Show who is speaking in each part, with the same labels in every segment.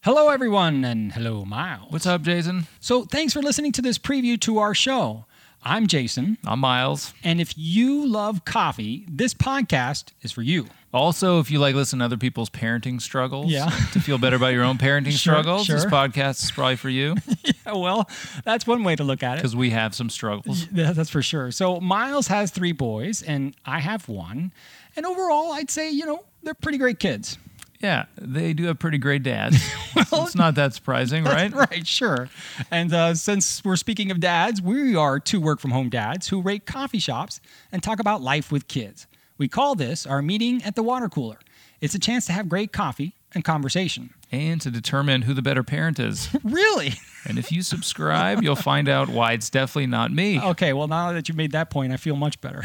Speaker 1: Hello, everyone, and hello, Miles.
Speaker 2: What's up, Jason?
Speaker 1: So, thanks for listening to this preview to our show. I'm Jason,
Speaker 2: I'm Miles.
Speaker 1: and if you love coffee, this podcast is for you.
Speaker 2: Also, if you like listening to other people's parenting struggles,
Speaker 1: Yeah.
Speaker 2: to feel better about your own parenting
Speaker 1: Sure,
Speaker 2: struggles, this
Speaker 1: sure.
Speaker 2: podcast is probably for you
Speaker 1: well, that's one way to look at it.
Speaker 2: because we have some struggles.
Speaker 1: Yeah, That's for sure. So, Miles has three boys, and I have one. And overall, I'd say, you know, they're pretty great kids.
Speaker 2: Yeah, they do have pretty great dads. so it's not that surprising, right?
Speaker 1: Right, sure. And uh, since we're speaking of dads, we are two work from home dads who rate coffee shops and talk about life with kids. We call this our meeting at the water cooler. It's a chance to have great coffee and conversation.
Speaker 2: And to determine who the better parent is.
Speaker 1: Really?
Speaker 2: And if you subscribe, you'll find out why it's definitely not me.
Speaker 1: Okay, well, now that you made that point, I feel much better.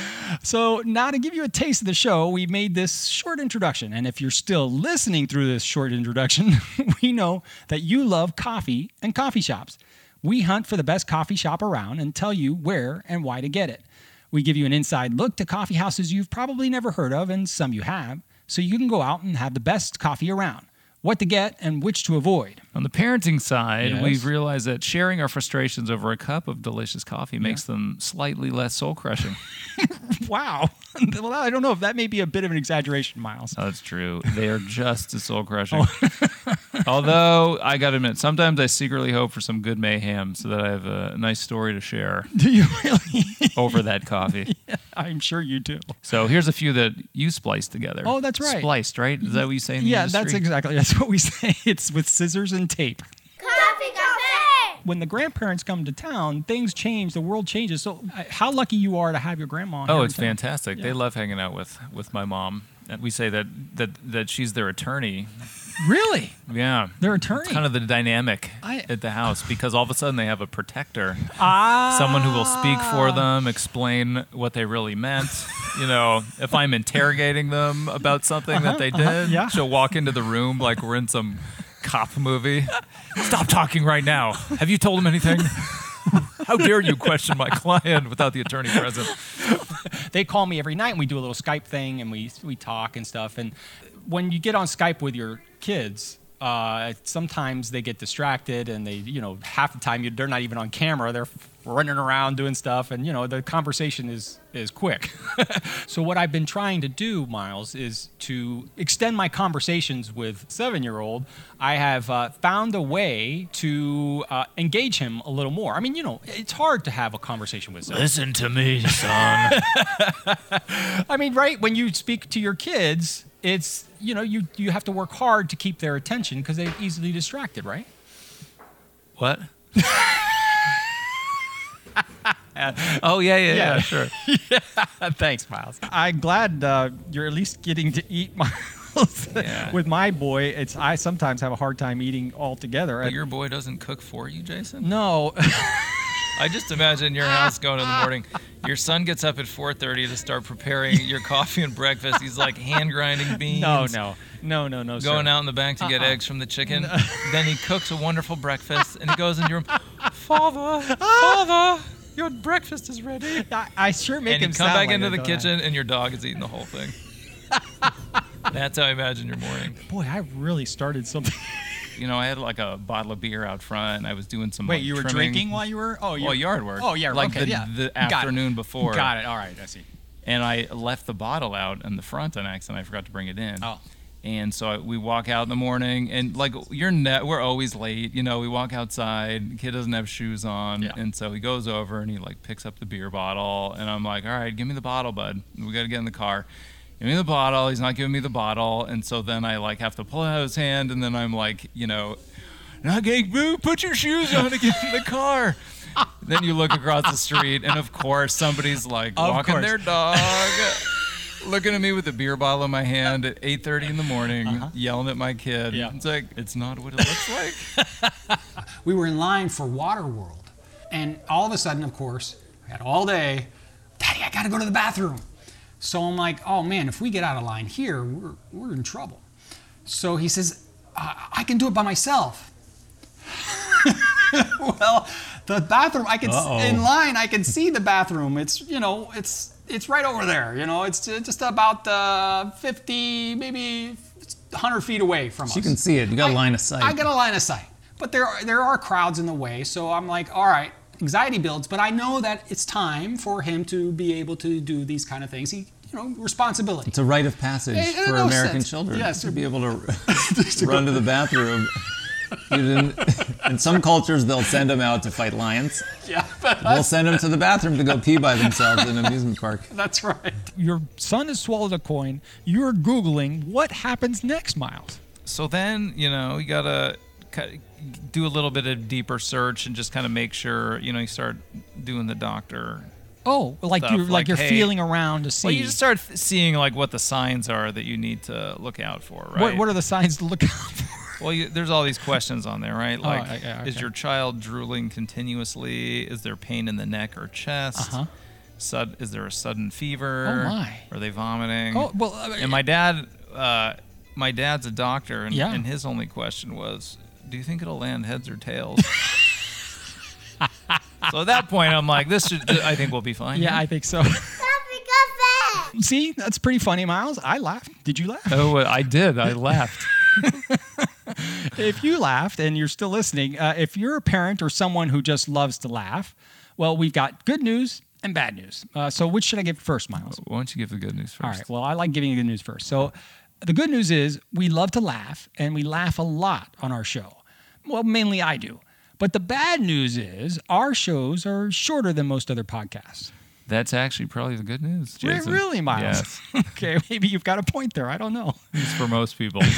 Speaker 1: so, now to give you a taste of the show, we made this short introduction. And if you're still listening through this short introduction, we know that you love coffee and coffee shops. We hunt for the best coffee shop around and tell you where and why to get it. We give you an inside look to coffee houses you've probably never heard of, and some you have, so you can go out and have the best coffee around, what to get and which to avoid.
Speaker 2: On the parenting side,
Speaker 1: Yes.
Speaker 2: we've realized that sharing our frustrations over a cup of delicious coffee makes them slightly less soul crushing.
Speaker 1: Wow. well, I don't know if that may be a bit of an exaggeration, Miles.
Speaker 2: Oh, that's true. They are just as soul crushing.
Speaker 1: Oh.
Speaker 2: Although I gotta admit, sometimes I secretly hope for some good mayhem so that I have a nice story to share
Speaker 1: Do you really?
Speaker 2: over that coffee.
Speaker 1: I'm sure you do.
Speaker 2: So here's a few that you spliced together.
Speaker 1: Oh, that's right.
Speaker 2: Spliced, right? Is that what you say in the
Speaker 1: Yeah,
Speaker 2: industry?
Speaker 1: that's exactly that's what we say. It's with scissors and tape.
Speaker 3: Coffee Cafe!
Speaker 1: When the grandparents come to town, things change. The world changes. So, uh, how lucky you are to have your grandma. and
Speaker 2: Oh, it's
Speaker 1: everything.
Speaker 2: fantastic. They love hanging out with with my mom. And we say that that that she's their attorney.
Speaker 1: Really,
Speaker 2: Yeah.
Speaker 1: their attorney.
Speaker 2: Kind of the dynamic
Speaker 1: I-
Speaker 2: at the house because all of a sudden they have a protector.
Speaker 1: ah,
Speaker 2: someone who will speak for them, explain what they really meant. You know, if I'm interrogating them about something that they did,
Speaker 1: Uh-huh, yeah.
Speaker 2: she'll walk into the room like we're in some cop movie. Stop talking right now. Have you told him anything? How dare you question my client without the attorney present?
Speaker 1: they call me every night and we do a little Skype thing and we we talk and stuff. And when you get on Skype with your kids, uh, sometimes they get distracted and they, you know, half the time you, they're not even on camera. They're running around doing stuff, and you know the conversation is is quick. so what I've been trying to do, Miles, is to extend my conversations with seven year old. I have uh, found a way to uh, engage him a little more. I mean, you know, it's hard to have a conversation with seven.
Speaker 2: Listen to me, son.
Speaker 1: I mean, right when you speak to your kids, it's you know you you have to work hard to keep their attention because they're easily distracted, right?
Speaker 2: What? oh yeah, yeah, yeah,
Speaker 1: Yeah.
Speaker 2: sure.
Speaker 1: Thanks, Miles. I'm glad uh, you're at least getting to eat, Miles.
Speaker 2: Yeah.
Speaker 1: With my boy, it's I sometimes have a hard time eating altogether.
Speaker 2: But your boy doesn't cook for you, Jason.
Speaker 1: no,
Speaker 2: I just imagine your house going in the morning. Your son gets up at 4:30 to start preparing your coffee and breakfast. He's like hand grinding beans.
Speaker 1: no, no, no, no, no.
Speaker 2: Going
Speaker 1: sir.
Speaker 2: out in the back to get eggs from the chicken. Then he cooks a wonderful breakfast and he goes into your room. Father, father, your breakfast is ready.
Speaker 1: I, I sure make
Speaker 2: And you
Speaker 1: him
Speaker 2: come
Speaker 1: sound
Speaker 2: back
Speaker 1: like
Speaker 2: into
Speaker 1: it,
Speaker 2: the
Speaker 1: don't I?
Speaker 2: kitchen and your dog is eating the whole thing. That's how I imagine your morning.
Speaker 1: Boy, I really started something.
Speaker 2: You know, I had like a bottle of beer out front and I was doing some.
Speaker 1: Wait,
Speaker 2: like,
Speaker 1: you were
Speaker 2: trimming-
Speaker 1: drinking while you were? Oh, you
Speaker 2: Well, yard work.
Speaker 1: Oh, yeah,
Speaker 2: Like
Speaker 1: okay,
Speaker 2: the,
Speaker 1: yeah.
Speaker 2: the
Speaker 1: Got it.
Speaker 2: afternoon before.
Speaker 1: Got it. All right, I see.
Speaker 2: and I left the bottle out in the front on accident. I forgot to bring it in.
Speaker 1: Oh.
Speaker 2: And so I, we walk out in the morning, and like you're net, we're always late. You know, we walk outside. Kid doesn't have shoes on,
Speaker 1: Yeah.
Speaker 2: and so he goes over and he like picks up the beer bottle, and I'm like, all right, give me the bottle, bud. We got to get in the car. Give me the bottle. He's not giving me the bottle, and so then I like have to pull it out of his hand, and then I'm like, you know, not getting boo. Put your shoes on and get in the car. then you look across the street, and of course somebody's like
Speaker 1: Of
Speaker 2: walking
Speaker 1: course.
Speaker 2: their dog looking at me with a beer bottle in my hand at 8.30 in the morning
Speaker 4: Uh-huh.
Speaker 2: yelling at my kid
Speaker 1: Yeah.
Speaker 2: it's like it's not what it looks like
Speaker 4: we were in line for Waterworld. And all of a sudden, of course, I had all day, Daddy, I gotta go to the bathroom. So I'm like, oh man, if we get out of line here, we're, we're in trouble. So he says, I, I can do it by myself. well, the bathroom, I can, s- in line, I can see the bathroom. It's, you know, it's, it's right over there. You know, it's ju- just about uh, 50, uh, maybe 100 feet away from us.
Speaker 2: You can see it. You got a
Speaker 4: I-
Speaker 2: line of sight.
Speaker 4: I got a line of sight, but there are, there are crowds in the way, so I'm like, all right, anxiety builds, but I know that it's time for him to be able to do these kind of things. He, you know, responsibility.
Speaker 2: it's a rite of passage
Speaker 4: It- it
Speaker 2: for
Speaker 4: knows
Speaker 2: American
Speaker 4: sense.
Speaker 2: children
Speaker 4: Yes.
Speaker 2: to be able to run to the bathroom. You didn't- in some cultures, they'll send them out to fight lions.
Speaker 4: yeah, but
Speaker 2: They'll send them to the bathroom to go pee by themselves in an amusement park.
Speaker 4: that's right.
Speaker 1: Your son has swallowed a coin. You're Googling what happens next, Miles.
Speaker 5: So then, you know, you gotta ki- do a little bit of deeper search and just kind of make sure, you know, you start doing the doctor.
Speaker 1: Oh, like
Speaker 5: Stuff
Speaker 1: you're like,
Speaker 5: like,
Speaker 1: you're
Speaker 5: hey-
Speaker 1: feeling around to see.
Speaker 5: Well, you just start f- seeing like what the signs are that you need to look out for, right?
Speaker 1: what, what are the signs to look out for?
Speaker 5: Well, you, there's all these questions on there, right? Like,
Speaker 1: Oh, I- yeah,
Speaker 5: is
Speaker 1: okay.
Speaker 5: your child drooling continuously? Is there pain in the neck or chest?
Speaker 1: Uh-huh.
Speaker 5: Sud- is there a sudden fever?
Speaker 1: Oh, my.
Speaker 5: Are they vomiting?
Speaker 1: Oh, well, I mean-
Speaker 5: and my dad, uh, my dad's a doctor, and,
Speaker 1: Yeah.
Speaker 5: and his only question was, "Do you think it'll land heads or tails?" so at that point, I'm like, "This should, I think we'll be fine."
Speaker 1: Yeah, I think so.
Speaker 3: Coffee Cafe!
Speaker 1: see, that's pretty funny, Miles. I laughed. Did you laugh?
Speaker 5: oh, well, I did. I laughed.
Speaker 1: if you laughed and you're still listening, uh, if you're a parent or someone who just loves to laugh, well, we've got good news and bad news. Uh, so, which should I give first, Miles?
Speaker 5: Why don't you give the good news first?
Speaker 1: All right. Well, I like giving you good news first. So, the good news is we love to laugh and we laugh a lot on our show. Well, mainly I do. But the bad news is our shows are shorter than most other podcasts.
Speaker 5: That's actually probably the good news.
Speaker 1: Re-
Speaker 5: Jason.
Speaker 1: Really, Miles?
Speaker 5: Yes,
Speaker 1: okay, maybe you've got a point there. I don't know.
Speaker 5: it's for most people.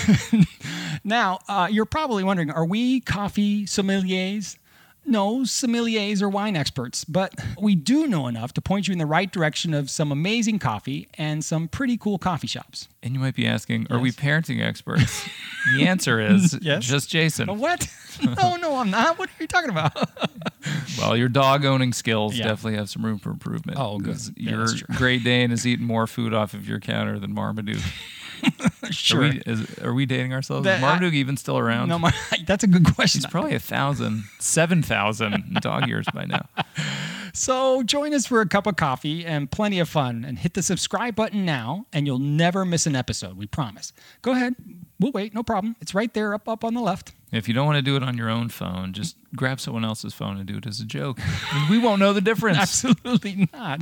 Speaker 1: Now, uh, you're probably wondering are we coffee sommeliers? No, sommeliers are wine experts, but we do know enough to point you in the right direction of some amazing coffee and some pretty cool coffee shops.
Speaker 5: And you might be asking, are we parenting experts? the answer is
Speaker 1: Yes. Oh.
Speaker 5: just Jason.
Speaker 1: What? no, no, I'm not. What are you talking about?
Speaker 5: Well, your dog owning skills
Speaker 1: Yeah.
Speaker 5: definitely have some room for improvement.
Speaker 1: Oh, good.
Speaker 5: 'Cause
Speaker 1: Yeah,
Speaker 5: your
Speaker 1: that's true.
Speaker 5: Great Dane has eaten more food off of your counter than Marmaduke.
Speaker 1: sure.
Speaker 5: Are we, is, are we dating ourselves?
Speaker 1: That-
Speaker 5: is Marmaduke even still around?
Speaker 1: no, my, that's a good question.
Speaker 5: He's probably a thousand, seven thousand dog years by now.
Speaker 1: So join us for a cup of coffee and plenty of fun. And hit the subscribe button now, and you'll never miss an episode. We promise. Go ahead. We'll wait. No problem. It's right there, up, up on the left.
Speaker 5: If you don't want to do it on your own phone, just grab someone else's phone and do it as a joke. And we won't know the difference.
Speaker 1: Absolutely not.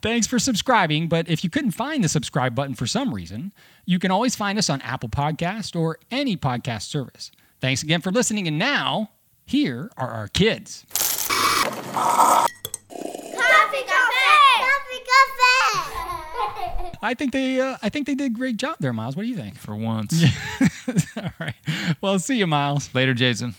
Speaker 1: Thanks for subscribing. But if you couldn't find the subscribe button for some reason, you can always find us on Apple Podcast or any podcast service. Thanks again for listening. And now, here are our kids.
Speaker 3: Coffee Cafe! Coffee Cafe!
Speaker 1: I think they, uh, I think they did a great job there, Miles. What do you think?
Speaker 5: For once.
Speaker 1: All right. Well, see you, Miles.
Speaker 5: Later, Jason.